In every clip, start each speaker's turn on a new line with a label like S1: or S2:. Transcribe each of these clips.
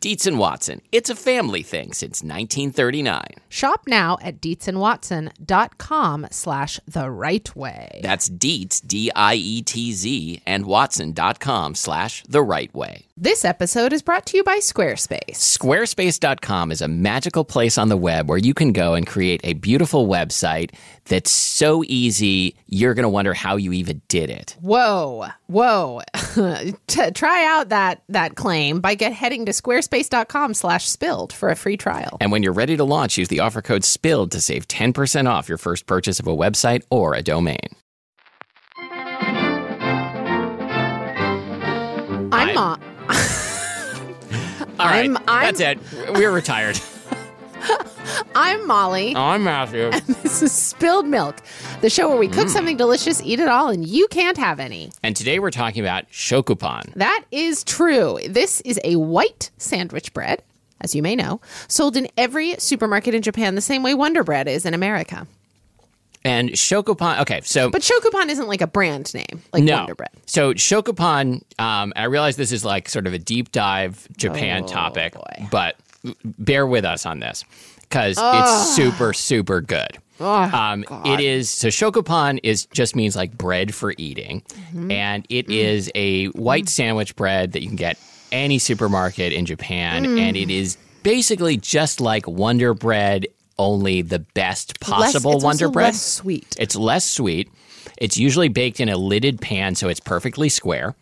S1: Dietz and Watson, it's a family thing since 1939.
S2: Shop now at deetzandwatson.com slash the right way.
S1: That's Dietz, D I E T Z, and Watson.com slash the right way.
S2: This episode is brought to you by Squarespace.
S1: Squarespace.com is a magical place on the web where you can go and create a beautiful website that's so easy, you're going to wonder how you even did it.
S2: Whoa, whoa. T- try out that, that claim by get heading to squarespace.com slash spilled for a free trial.
S1: And when you're ready to launch, use the offer code SPILLED to save 10% off your first purchase of a website or a domain.
S2: I'm, Ma-
S1: All right,
S2: I'm- I'm-
S1: that's it. We're retired.
S2: I'm Molly.
S1: I'm Matthew.
S2: This is Spilled Milk, the show where we cook something delicious, eat it all, and you can't have any.
S1: And today we're talking about shokupan.
S2: That is true. This is a white sandwich bread, as you may know, sold in every supermarket in Japan the same way Wonder Bread is in America.
S1: And shokupan, okay, so
S2: But Shokupan isn't like a brand name, like
S1: no.
S2: Wonder Bread.
S1: So shokupan, um, I realize this is like sort of a deep dive Japan
S2: Oh,
S1: topic,
S2: boy.
S1: but bear with us on this because it's super, super good. um, it is so shokupan is just means like bread for eating,
S2: Mm-hmm.
S1: and it is a
S2: Mm.
S1: white sandwich bread that you can get any supermarket in Japan,
S2: Mm.
S1: and it is basically just like Wonder Bread, only the best
S2: Less-
S1: possible
S2: it's
S1: Wonder
S2: also
S1: Bread.
S2: less sweet.
S1: It's less sweet. It's usually baked in a lidded pan, so it's perfectly square.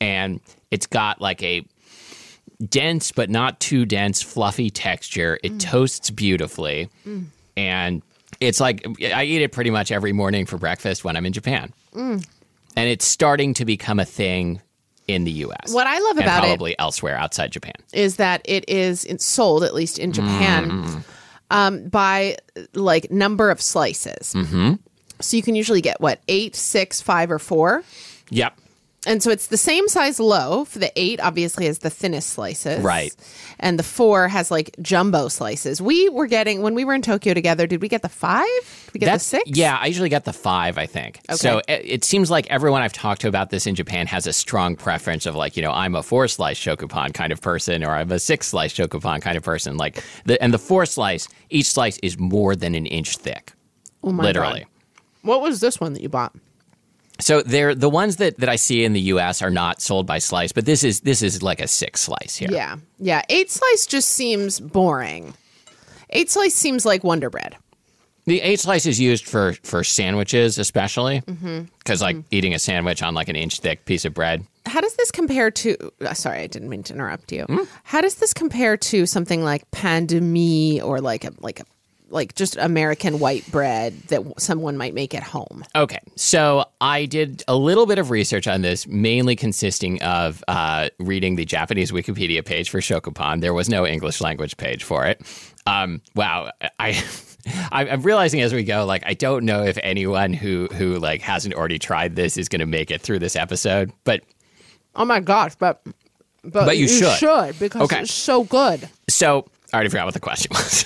S1: And it's got like a dense but not too dense, fluffy texture.
S2: Mm.
S1: It toasts beautifully. And it's like I eat it pretty much every morning for breakfast when I'm in Japan.
S2: Mm.
S1: And it's starting to become a thing in the US.
S2: What I love
S1: and
S2: about it-
S1: probably elsewhere outside Japan.
S2: Is that it is it's sold, at least in Japan,
S1: Mm.
S2: um, by like number of slices. Mm-hmm. So you can usually get what, eight, six, five, or four?
S1: Yep.
S2: And so it's the same size loaf. The eight obviously has the thinnest slices.
S1: Right.
S2: And the four has like jumbo slices. We were getting, when we were in Tokyo together, did we get the five? Did we get the six?
S1: Yeah, I usually get the five, I think. So it, it seems like everyone I've talked to about this in Japan has a strong preference of like, you know, I'm a four slice shokupan kind of person or I'm a six slice shokupan kind of person. Like, the, and the four slice, each slice is more than an inch thick,
S2: Oh my
S1: literally.
S2: God. What was this one that you bought?
S1: So they're the ones that, that I see in the U.S. are not sold by slice, but this is this is like a six slice here.
S2: Yeah. Yeah. Eight slice just seems boring. Eight slice seems like Wonder Bread.
S1: The eight slice is used for for sandwiches, especially because
S2: Mm-hmm.
S1: like eating a sandwich on like an inch thick piece of bread,
S2: How does this compare to? uh, Sorry, I didn't mean to interrupt you. How does this compare to something like pandemie or like a like a like just American white bread that w- someone might make at home?
S1: Okay, so I did a little bit of research on this, mainly consisting of uh, reading the Japanese Wikipedia page for shokupan. There was no English language page for it. Um, wow, I. I'm I'm realizing as we go, like I don't know if anyone who who like hasn't already tried this is going to make it through this episode, but
S2: Oh my gosh, but but,
S1: But you should.
S2: because
S1: Okay.
S2: it's so good.
S1: so I already forgot what the question was.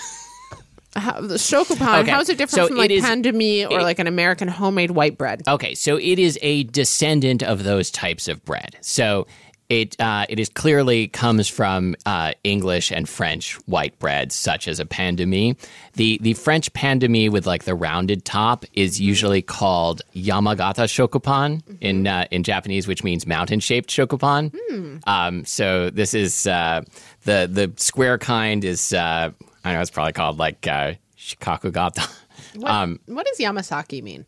S2: How, the shokupan,
S1: Okay,
S2: how is it different
S1: so
S2: from like
S1: it Uh, is-
S2: pandemie or like an American homemade white bread?
S1: Okay, so it is a descendant of those types of bread. So It uh, it is clearly comes from uh, English and French white breads, such as a pan de mie. The the French pan de mie with like the rounded top is usually called Yamagata shokupan in uh, in Japanese, which means mountain shaped shokupan. Um, so this is uh, the the square kind is uh, I don't know it's probably called like uh, shikakugata
S2: What,
S1: um,
S2: what does Yamasaki mean?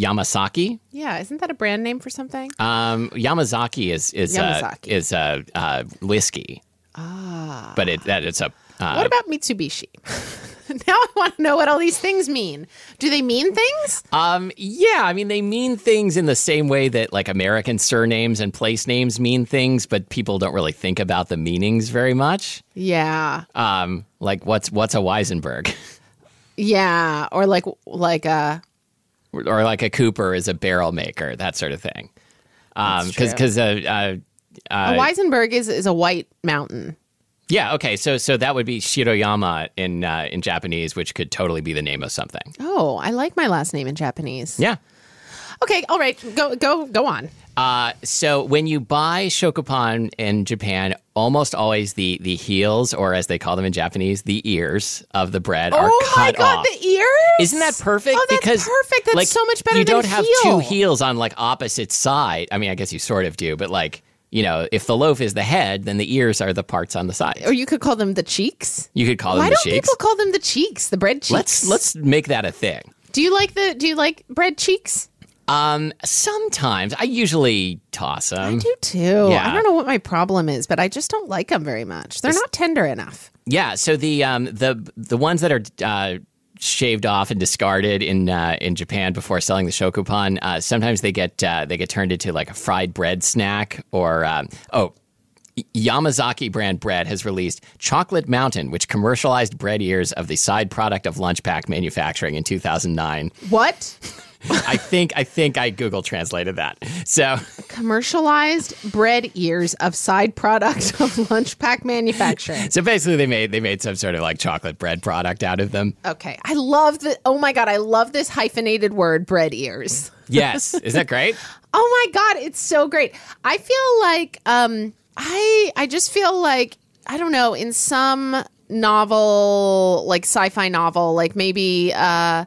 S1: Yamasaki.
S2: Yeah, isn't that a brand name for something?
S1: Um, Yamazaki is is uh,
S2: Yamazaki.
S1: is a uh, whiskey. Ah, but it that it's a uh,
S2: what about Mitsubishi? now I want to know what all these things mean. Do they mean things?
S1: um yeah. I mean, they mean things in the same way that like American surnames and place names mean things, but people don't really think about the meanings very much.
S2: yeah,
S1: Um, like what's what's a Weisenberg
S2: yeah, or like like uh
S1: or, or like a Cooper is a barrel maker, that sort of thing. Um,
S2: That's
S1: because
S2: true.
S1: because uh, uh,
S2: a Weisenberg is is a white mountain.
S1: yeah, okay, so so that would be Shiroyama in uh, in Japanese, which could totally be the name of something.
S2: Oh, I like my last name in Japanese.
S1: Yeah.
S2: Okay, all right, go go go on.
S1: Uh, so when you buy shokupan in Japan, almost always the the heels, or as they call them in Japanese, the ears of the bread are
S2: oh my
S1: cut
S2: god,
S1: off.
S2: the ears!
S1: Isn't that perfect?
S2: Oh, that's
S1: because
S2: perfect. That's
S1: like,
S2: so much better.
S1: You
S2: than
S1: don't have
S2: heel.
S1: two heels on like opposite side. I mean, I guess you sort of do, but like you know, if the loaf is the head, then the ears are the parts on the sides.
S2: or you could call them the cheeks.
S1: You could call them
S2: Why
S1: Oh, the
S2: don't
S1: cheeks.
S2: people call them the cheeks? The bread cheeks.
S1: let's let's make that a thing.
S2: Do you like the Do you like bread cheeks?
S1: Um, sometimes I usually toss them.
S2: I do too.
S1: Yeah.
S2: I don't know what my problem is, but I just don't like them very much. They're not tender enough.
S1: Yeah, so the um, the the ones that are uh, shaved off and discarded in uh, in Japan before selling the shokupan, uh, sometimes they get uh, they get turned into like a fried bread snack or um, oh. Y- Yamazaki brand bread has released Chocolate Mountain, which commercialized bread ears of the side product of lunch pack manufacturing in 2009.
S2: What
S1: I think I think I Google translated that. So
S2: commercialized bread ears of side product of lunch pack manufacturing?
S1: so basically they made they made some sort of like chocolate bread product out of them.
S2: Okay, I love the. Oh my god, I love this hyphenated word, bread ears.
S1: Yes, is that great?
S2: Oh my god, it's so great. I feel like um I I just feel like I don't know, in some novel, like sci-fi novel, like maybe uh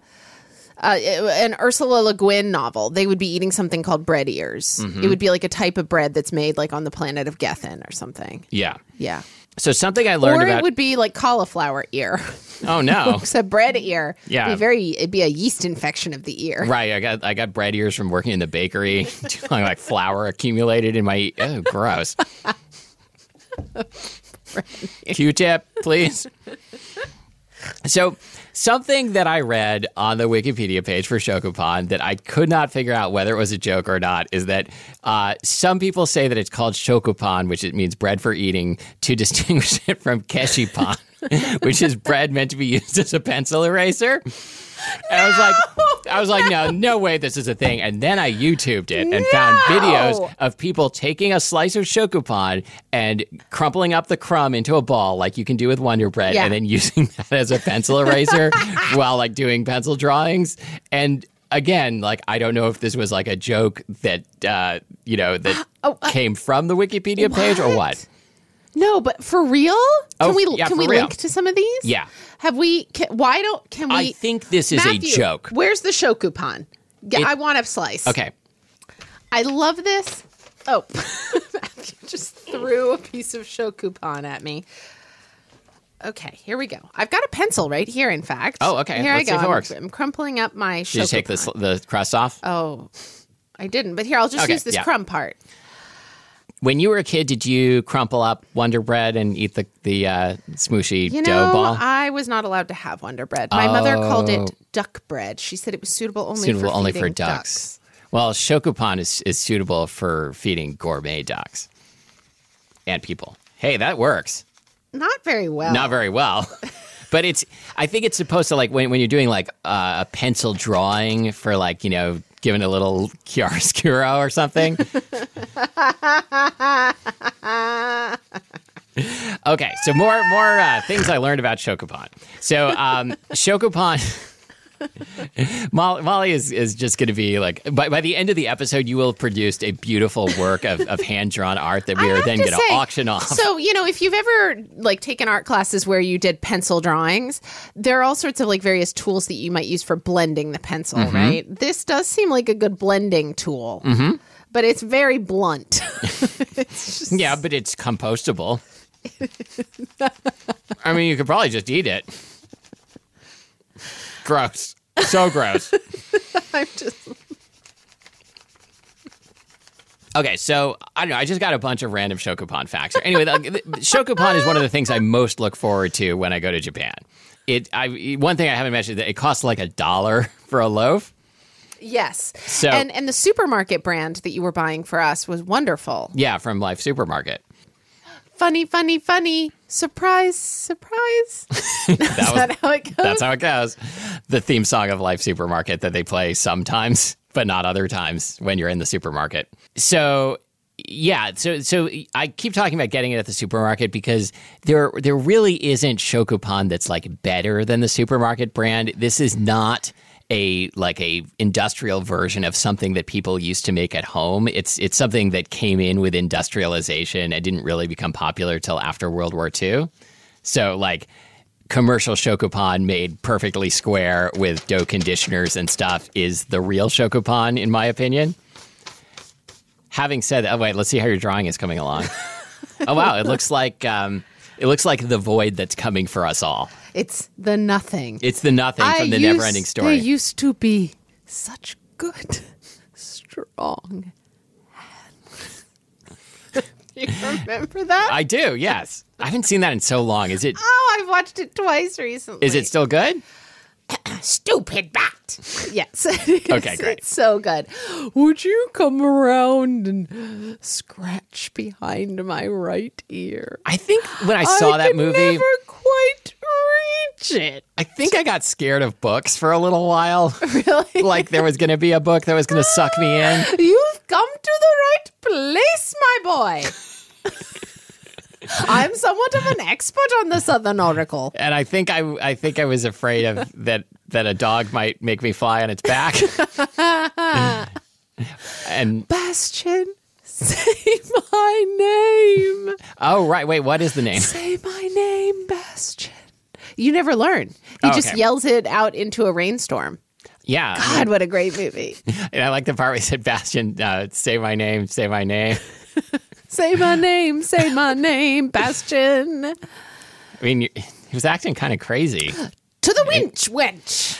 S2: uh, an Ursula Le Guin novel, they would be eating something called bread ears.
S1: Mm-hmm.
S2: It would be like a type of bread that's made like on the planet of Gethin or something.
S1: Yeah.
S2: Yeah.
S1: So something I learned
S2: or
S1: about
S2: it would be like cauliflower ear.
S1: Oh no!
S2: so bread ear.
S1: Yeah.
S2: It'd be very it'd be a yeast infection of the ear.
S1: right, I got I got bread ears from working in the bakery. like flour accumulated in my oh gross. Q-tip, please. So something that I read on the Wikipedia page for Shokupan that I could not figure out whether it was a joke or not is that uh, some people say that it's called Shokupan, which it means bread for eating, to distinguish it from Keshipan, which is bread meant to be used as a pencil eraser. And I was like, I was like, no, no way, this is a thing. And then I YouTubed it and found
S2: No!
S1: videos of people taking a slice of shokupan and crumpling up the crumb into a ball, like you can do with Wonder Bread,
S2: Yeah.
S1: and then using that as a pencil eraser while like doing pencil drawings. And again, like I don't know if this was like a joke that uh, you know that
S2: Oh, uh,
S1: came from the Wikipedia page or what.
S2: No, but for real? Can
S1: Oh,
S2: we
S1: yeah,
S2: can
S1: for
S2: we
S1: real.
S2: link to some of these?
S1: Yeah.
S2: Have we can, why don't can we
S1: I think this is
S2: Matthew,
S1: a joke.
S2: Where's the shokupan? Yeah,
S1: It-
S2: I want a slice.
S1: Okay.
S2: I love this. Oh. Matthew just threw a piece of shokupan at me. Okay, here we go. I've got a pencil right here in fact.
S1: Oh, okay.
S2: Here
S1: Let's see
S2: I go.
S1: if it
S2: I'm,
S1: works.
S2: I'm crumpling up my shokupan.
S1: Did you take the sl- the crust off?
S2: Oh. I didn't, but here I'll just
S1: Okay,
S2: use this
S1: yeah.
S2: crumb part.
S1: When you were a kid, did you crumple up Wonder Bread and eat the the uh, smooshy
S2: You
S1: dough
S2: know,
S1: ball?
S2: I was not allowed to have Wonder Bread. My mother called it duck bread. She said it was suitable only
S1: Oh. suitable
S2: for
S1: only
S2: feeding
S1: for ducks. Well, shokupan is, is suitable for feeding gourmet ducks and people. Hey, that works.
S2: Not very well.
S1: Not very well. But it's, I think it's supposed to like when, when you're doing like uh, a pencil drawing for like, you know, giving a little chiaroscuro or something. okay, so more more uh, things I learned about Shokupan. So um, Shokupan Molly, Molly is, is just going to be like, by, by the end of the episode, you will have produced a beautiful work of, of hand drawn art that we
S2: I
S1: are
S2: have
S1: then
S2: to
S1: going to
S2: say,
S1: auction off.
S2: So, you know, if you've ever like taken art classes where you did pencil drawings, there are all sorts of like various tools that you might use for blending the pencil,
S1: Mm-hmm.
S2: right? This does seem like a good blending tool. But it's very blunt.
S1: yeah, but it's compostable. I mean, you could probably just eat it. Gross. So gross.
S2: I'm just
S1: Okay, so I don't know. I just got a bunch of random Shokupan facts. Anyway, the, the- Shokupan is one of the things I most look forward to when I go to Japan. It, I, one thing I haven't mentioned that it costs like a dollar for a loaf.
S2: yes.
S1: So-
S2: and and the supermarket brand that you were buying for us was wonderful.
S1: Yeah, from Life Supermarket.
S2: Funny, funny, funny. Surprise, surprise. Is that how it goes?
S1: That's how it goes. The theme song of Life Supermarket that they play sometimes, but not other times when you're in the supermarket. So yeah, so so I keep talking about getting it at the supermarket because there there really isn't Shokupan that's like better than the supermarket brand. This is not a like a industrial version of something that people used to make at home. It's it's something that came in with industrialization and didn't really become popular till after World War II. So like commercial Shokupan made perfectly square with dough conditioners and stuff is the real Shokupan in my opinion. Having said that, oh wait, let's see how your drawing is coming along. oh wow, it looks like um, it looks like the void that's coming for us all.
S2: it's the nothing.
S1: It's the nothing from the
S2: used-
S1: never-ending story.
S2: They used to be such good, strong hands. Do you remember that?
S1: I do, yes. I haven't seen that in so long. Is it
S2: oh, I've watched it twice recently.
S1: is it still good?
S2: stupid bat? Yes.
S1: Okay, great.
S2: It's so good. Would you come around and scratch behind my right ear?
S1: I think when I saw that
S2: could
S1: movie,
S2: Never quite reach it.
S1: I think I got scared of books for a little while.
S2: Really?
S1: like there was going to be a book that was going to suck me in.
S2: You've come to the right place, my boy. I'm somewhat of an expert on the Southern Oracle.
S1: and I think I I think I was afraid of that that a dog might make me fly on its back. and
S2: Bastion, say my name.
S1: oh right, wait, what is the name?
S2: Say my name, Bastion. You never learn. He just
S1: Oh, Okay.
S2: yells it out into a rainstorm.
S1: Yeah,
S2: God, what a great movie.
S1: and I like the part where he said Bastion, uh, say my name, say my name.
S2: say my name, say my name, Bastion.
S1: I mean, you- he was acting kind of crazy.
S2: To the winch, wench.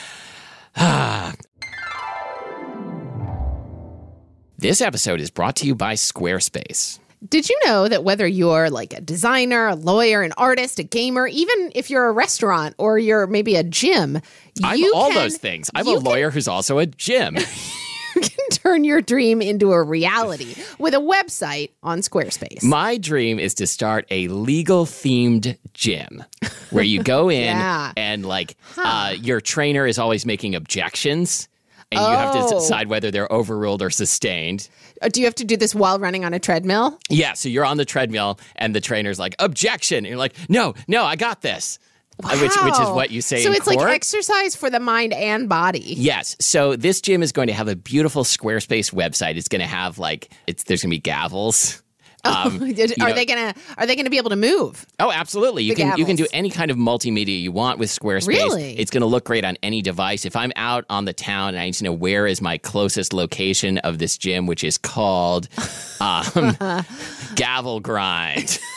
S1: This episode is brought to you by Squarespace.
S2: Did you know that whether you're like a designer, a lawyer, an artist, a gamer, even if you're a restaurant or you're maybe a gym,
S1: I'm
S2: you
S1: all
S2: can,
S1: those things. I'm a
S2: you
S1: lawyer who's also a gym.
S2: can turn your dream into a reality with a website on Squarespace.
S1: My dream is to start a legal themed gym where you go in
S2: Yeah.
S1: and like uh, your trainer is always making objections and you have to
S2: Oh.
S1: decide whether they're overruled or sustained.
S2: Uh, Do you have to do this while running on a treadmill?
S1: Yeah, so you're on the treadmill and the trainer's like objection and you're like no, no, I got this. Uh, Which which is
S2: Wow.
S1: what you say
S2: So
S1: in
S2: it's
S1: court.
S2: like exercise for the mind and body.
S1: Yes. So this gym is going to have a beautiful Squarespace website. It's going to have like it's there's going to be gavels.
S2: are
S1: Um, know-
S2: they gonna Are they gonna be able to move?
S1: Oh, absolutely. You
S2: The
S1: can you can do
S2: gavels.
S1: any kind of multimedia you want with Squarespace.
S2: Really?
S1: It's going to look great on any device. If I'm out on the town and I need to know where is my closest location of this gym, which is called um, Gavel Grind.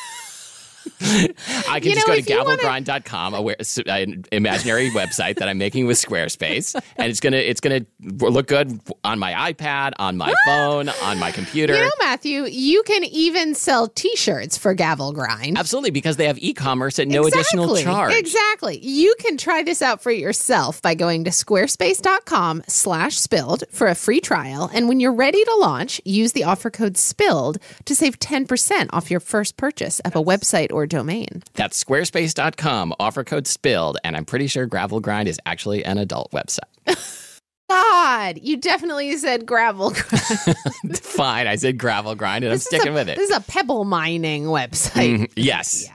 S1: I can
S2: You
S1: just
S2: know,
S1: go to
S2: if you wanna-
S1: gavelgrind.com, a where- s- an imaginary website that I'm making with Squarespace, and it's gonna it's gonna look good on my iPad, on my phone, on my computer.
S2: You know, Matthew, you can even sell T-shirts for Gavel Grind.
S1: Absolutely, because they have e-commerce at no additional
S2: Exactly.
S1: charge.
S2: Exactly. You can try this out for yourself by going to squarespace.com slash spilled for a free trial. And when you're ready to launch, use the offer code spilled to save 10% off your first purchase of a website or domain.
S1: That's squarespace.com, offer code spilled, and I'm pretty sure Gravel Grind is actually an adult website.
S2: God, you definitely said gravel.
S1: Fine, I said Gravel Grind and I'm sticking with it. Mm-hmm.
S2: This is a pebble mining website.
S1: yes.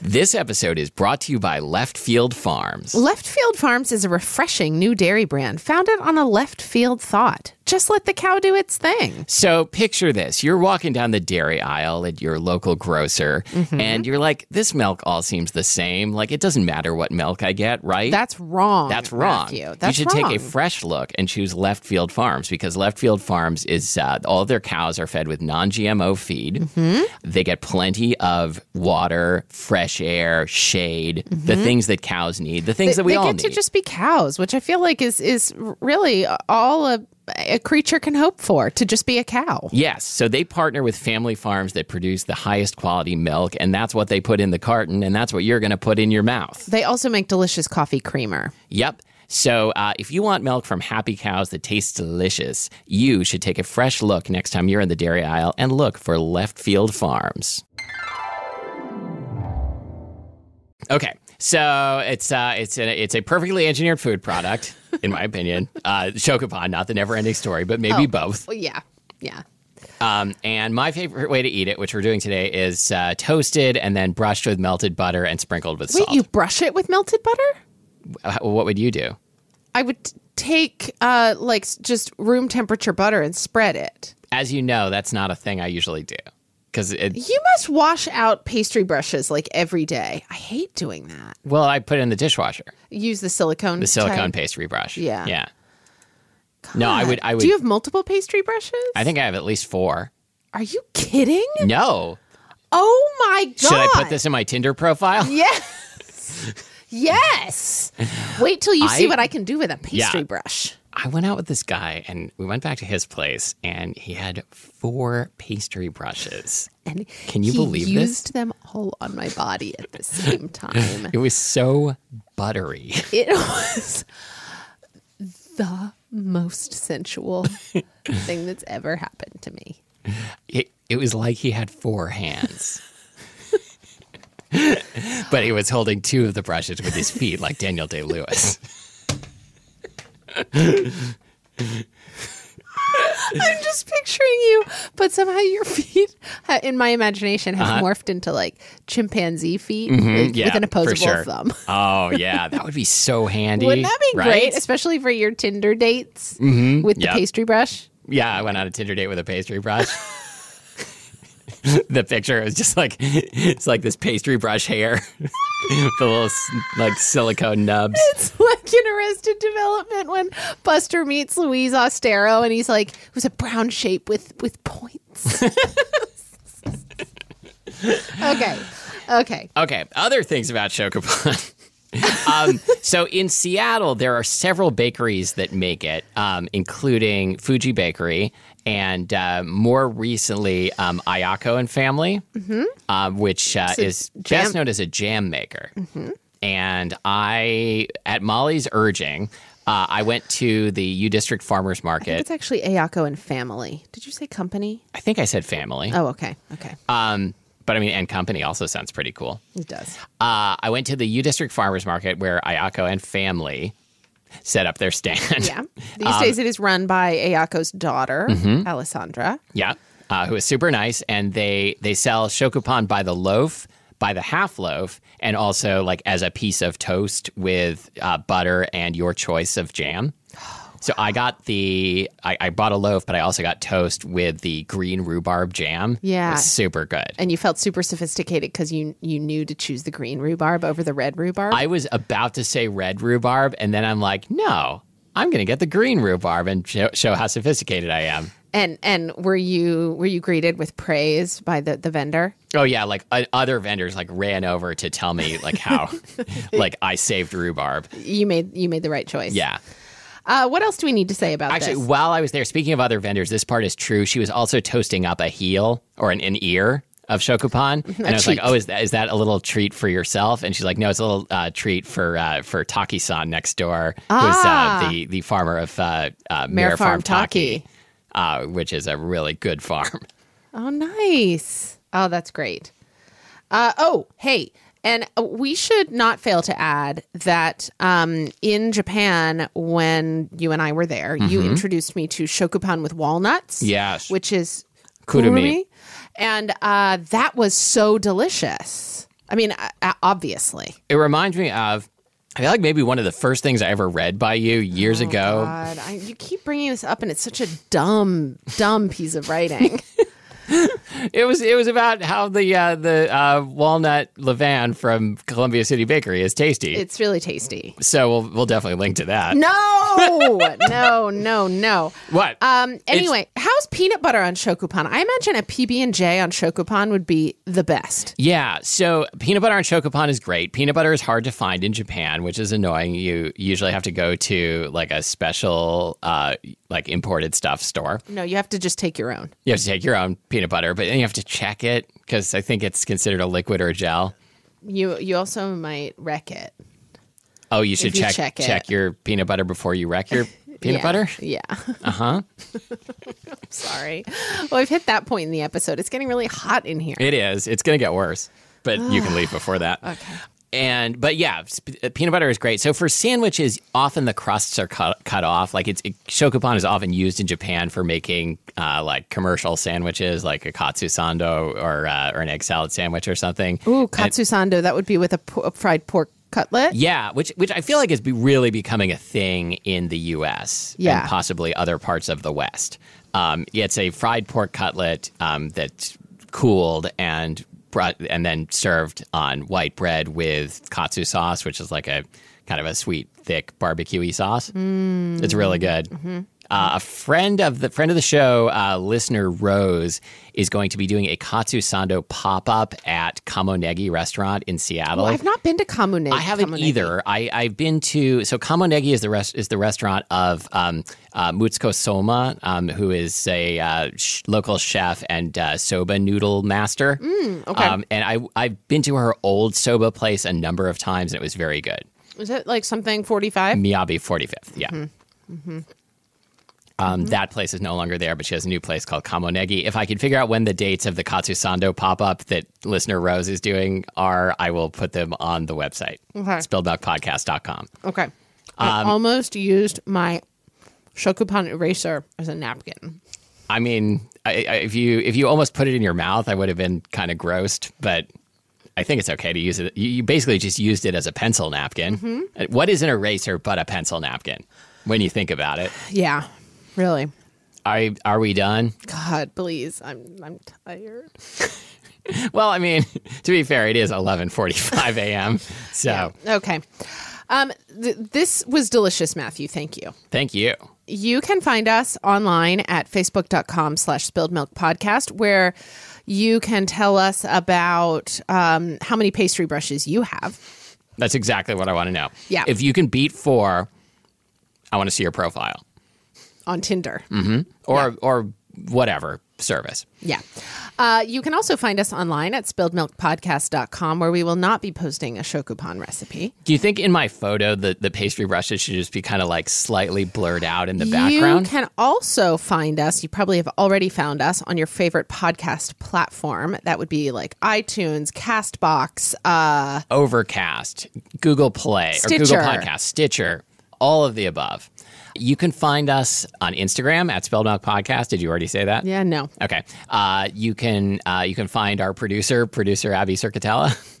S1: This episode is brought to you by Left Field Farms.
S2: Left Field Farms is a refreshing new dairy brand founded on a left field thought. Just let the cow do its thing.
S1: So picture this you're walking down the dairy aisle at your local grocer, and you're like, this milk all seems the same. Like, it doesn't matter what milk I get, right?
S2: That's wrong.
S1: That's wrong.
S2: Matthew. That's
S1: you should
S2: wrong.
S1: take a fresh look and choose Left Field Farms because Left Field Farms is uh, all of their cows are fed with non-GMO feed.
S2: Mm-hmm.
S1: They get plenty of water, fresh air, shade, the things that cows need, the things that we
S2: Mm-hmm. they
S1: all
S2: get
S1: need.
S2: to just be cows, which I feel like is is really all a, a creature can hope for to just be a cow.
S1: Yes. So they partner with family farms that produce the highest quality milk, and that's what they put in the carton, and that's what you're going to put in your mouth.
S2: They also make delicious coffee creamer.
S1: Yep. So uh, if you want milk from happy cows that tastes delicious, you should take a fresh look next time you're in the dairy aisle and look for Left Field Farms. Okay, so it's uh, it's a, it's a perfectly engineered food product, in my opinion. Uh, Chocopon, not the never-ending story, but
S2: Oh.
S1: maybe both.
S2: Well, yeah, yeah.
S1: Um, and my favorite way to eat it, which we're doing today, is uh, toasted and then brushed with melted butter and sprinkled with
S2: Wait,
S1: salt.
S2: you brush it with melted butter?
S1: Uh, What would you do?
S2: I would t- take uh like s- just room temperature butter and spread it.
S1: As you know, that's not a thing I usually do because it,
S2: You must wash out pastry brushes like every day. I hate doing that.
S1: Well, I put it in the dishwasher.
S2: Use the silicone.
S1: The silicone pastry brush.
S2: Yeah.
S1: Yeah. No, I would I would
S2: Do you have multiple pastry brushes?
S1: I think I have at least 4.
S2: Are you kidding?
S1: No.
S2: Oh my god!
S1: Should I put this in my Tinder profile?
S2: Yes. yes. Wait till you see
S1: I-
S2: what I can do with a pastry
S1: Yeah.
S2: brush.
S1: I went out with this guy and we went back to his place and he had four pastry brushes.
S2: And
S1: Can you
S2: he
S1: believe this?
S2: used them all on my body at the same time.
S1: It was so buttery.
S2: it was the most sensual thing that's ever happened to me.
S1: It, it was like he had four hands. but he was holding two of the brushes with his feet, like Daniel Day Lewis.
S2: I'm just picturing you, but somehow your feet, uh, in my imagination,
S1: Uh-huh.
S2: have morphed into like chimpanzee feet
S1: Mm-hmm. Mm,
S2: with, with an opposable thumb.
S1: Oh, yeah. That would be so handy.
S2: Wouldn't that be
S1: right? Mm-hmm.
S2: great, especially for your Tinder dates with
S1: Yep.
S2: the pastry brush?
S1: Yeah, I went on a Tinder date with a pastry brush. the picture is just like it's like this pastry brush hair, the little s- like silicone nubs.
S2: It's like in Arrested Development when Buster meets Louise Ostero and he's like, it was a brown shape with with points. okay. Okay.
S1: Okay, other things about Chocopon. um, so in Seattle, there are several bakeries that make it, um, including Fuji Bakery and uh, more recently um, Ayako and Family, uh, which uh, is
S2: Mm-hmm. jam- Mm-hmm.
S1: best known as a jam maker. And I, at Molly's urging, uh, I went to the U District Farmers Market.
S2: It's actually Ayako and family. Did you say company?
S1: I think I said family,
S2: Oh, okay. Okay.
S1: um, but I mean, and company also sounds pretty cool.
S2: It does.
S1: Uh, I went to the U District Farmers Market where Ayako and family set up their stand.
S2: Yeah. These days it is run by Ayako's daughter, Alessandra.
S1: Yeah. Uh, who is super nice. And they, they sell shokupan by the loaf, by the half loaf, and also like as a piece of toast with uh, butter and your choice of jam.
S2: Oh,
S1: So I got the, I, I bought a loaf, but I also got toast with the green rhubarb jam.
S2: Yeah.
S1: It was super good.
S2: And you felt super sophisticated because you you knew to choose the green rhubarb over the red rhubarb.
S1: I was about to say red rhubarb, and then I'm like, no, I'm going to get the green rhubarb and show, show how sophisticated I am.
S2: and and were you were you greeted with praise by the, the vendor?
S1: Oh yeah, like uh, other vendors like ran over to tell me like how, like I saved rhubarb.
S2: You made you made the right choice.
S1: Yeah.
S2: Uh, what else do we need to say about
S1: Actually,
S2: this?
S1: while I was there, speaking of other vendors, this part is true. She was also toasting up a heel or an, an ear of shokupan, and I was
S2: cheek.
S1: like, "Oh, is that is that a little treat for yourself?" And she's like, "No, it's a little uh, treat for uh, for Taki-san next door,
S2: Ah.
S1: who's uh, the the farmer of uh, uh,
S2: Mare
S1: Mare
S2: Farm
S1: Farm Taki, uh, which is a really good farm."
S2: Oh, nice. Oh, that's great. Uh, oh, hey. And uh, we should not fail to add that um, in Japan, when you and I were there, you introduced me to shokupan with walnuts.
S1: Mm-hmm. Yes.
S2: Which is kurumi.
S1: Kurumi.
S2: And uh, that was so delicious. I mean, I- I- obviously.
S1: It reminds me of, I feel like maybe one of the first things I ever read by you years ago.
S2: Oh, God, I, you keep bringing this up, and it's such a dumb, dumb piece of writing.
S1: It was it was about how the uh, the uh, walnut levan from Columbia City Bakery is tasty.
S2: it's really tasty.
S1: so we'll we'll definitely link to that.
S2: No, no, no, no.
S1: What?
S2: Um. Anyway, how's peanut butter on shokupan? I imagine a PB and J on shokupan would be the best.
S1: Yeah, so peanut butter on Chocopan is great. Peanut butter is hard to find in Japan, which is annoying. You usually have to go to like a special uh like imported stuff store.
S2: No, you have to just take your own.
S1: You have to take your own peanut butter, but then you have to check it cuz I think it's considered a liquid or a gel.
S2: You you also might wreck it.
S1: Oh, you should
S2: you
S1: check
S2: check it.
S1: your peanut butter before you wreck your peanut
S2: Yeah,
S1: butter. Uh-huh.
S2: Yeah. Uh huh. Sorry. Well, we've hit that point in the episode. It's getting really hot in here.
S1: It is. It's going to get worse, but you can leave before that. Okay. And but yeah, sp- uh, peanut butter is great. So for sandwiches, often the crusts are cut, cut off. Like it's it, shokupan is often used in Japan for making uh, like commercial sandwiches, like a katsu sando or uh, or an egg salad sandwich or something.
S2: Ooh, katsusando. That would be with a, po- a fried pork cutlet.
S1: Yeah, which which I feel like is be really becoming a thing in the U.S.
S2: Yeah.
S1: and possibly other parts of the West. Um, yeah, it's a fried pork cutlet um, that's cooled and brought and then served on white bread with katsu sauce, which is like a kind of a sweet, thick barbecue sauce.
S2: Mm.
S1: It's really good.
S2: Mm-hmm.
S1: Uh, a friend of the friend of the show, uh, listener Rose, is going to be doing a katsu sando pop up at Kamonegi Restaurant in Seattle.
S2: Oh, I've not been to Kamune.
S1: I haven't either. I, I've been to so Kamonegi is the rest is the restaurant of um, uh, Mutsuko Soma, um, who is a uh, sh- local chef and uh, soba noodle master.
S2: okay.
S1: um, and I I've been to her old soba place a number of times, and it was very good.
S2: Is it like something 45?
S1: Miyabi 45th. Yeah. Mm-hmm. Um, That place is no longer there, but she has a new place called Kamonegi. If I can figure out when the dates of the Katsusando pop up that listener Rose is doing are, I will put them on the website,
S2: Okay.
S1: spilledmilkpodcast.com.
S2: Okay. I almost used my shokupan eraser as a napkin.
S1: I mean, I, I, if you if you almost put it in your mouth, I would have been kind of grossed, but I think it's okay to use it. You, you basically just used it as a pencil napkin. What is an eraser but a pencil napkin? When you think about it,
S2: Yeah. Really.
S1: are are we done?
S2: God, please. I'm I'm tired.
S1: Well, I mean, to be fair, it is 11:45 a.m. So,
S2: Okay. Um th- this was delicious, Matthew. Thank you.
S1: thank you.
S2: you can find us online at facebook.com slash spilled milk podcast where you can tell us about um, how many pastry brushes you have
S1: That's exactly what I want to know.
S2: Yeah.
S1: If you can beat 4, I want to see your profile
S2: on tinder
S1: or or whatever service.
S2: yeah uh, you can also find us online at spilledmilkpodcast.com where we will not be posting a shokupan recipe
S1: Do you think in my photo the, the pastry brushes should just be kind of like slightly blurred out in the
S2: You
S1: background?
S2: can also find us, you probably have already found us on your favorite podcast platform. That would be like iTunes, Castbox, uh,
S1: Overcast, Google Play, or
S2: Stitcher.
S1: Google Podcast, Stitcher, all of the above. You can find us on Instagram at Spelled Milk Podcast. Did you already say that?
S2: yeah, no.
S1: Okay. Uh, you can uh, you can find our producer, producer Abby Circatella,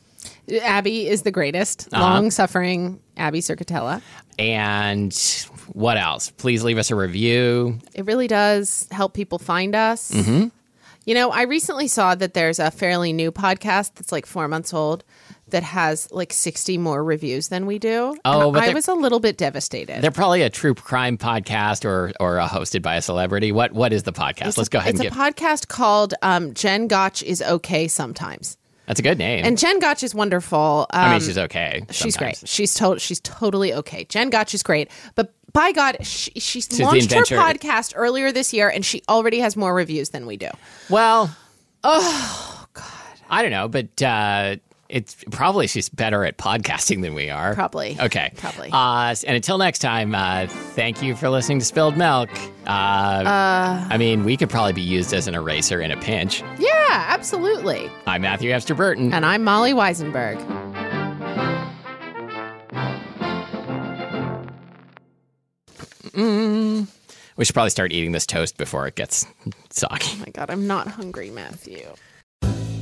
S2: Abby is the greatest, long suffering Abby Circatella.
S1: and what else? Please leave us a review.
S2: It really does help people find us.
S1: Mm-hmm.
S2: You know, I recently saw that there's a fairly new podcast that's like four months old that has like 60 more reviews than we do.
S1: Oh,
S2: and
S1: but
S2: I
S1: they're-
S2: was a little bit devastated.
S1: They're probably a true crime podcast or or a hosted by a celebrity. What what is the podcast? Let's go ahead
S2: It's a
S1: and get.
S2: podcast called um, Jen Gotch is okay sometimes,
S1: that's a good name.
S2: and Jen Gotch is wonderful. Um,
S1: I mean, she's okay.
S2: She's
S1: sometimes.
S2: great. She's to- she's totally okay. Jen Gotch is great, but by God, she, she
S1: the
S2: launched her
S1: inventor.
S2: podcast earlier this year, and she already has more reviews than we do.
S1: Well, oh
S2: Oh,
S1: god, I don't know, but uh, it's probably she's better at podcasting than we are.
S2: Probably.
S1: Okay.
S2: Probably.
S1: Uh, and until next time, uh, thank you for listening to Spilled Milk. Uh, I mean, we could probably be used as an eraser in a pinch.
S2: Yeah, absolutely.
S1: I'm Matthew Epster Burton.
S2: And I'm Molly Weisenberg. Oh
S1: we should probably start eating this toast before it gets soggy.
S2: Oh my God, I'm not hungry, Matthew.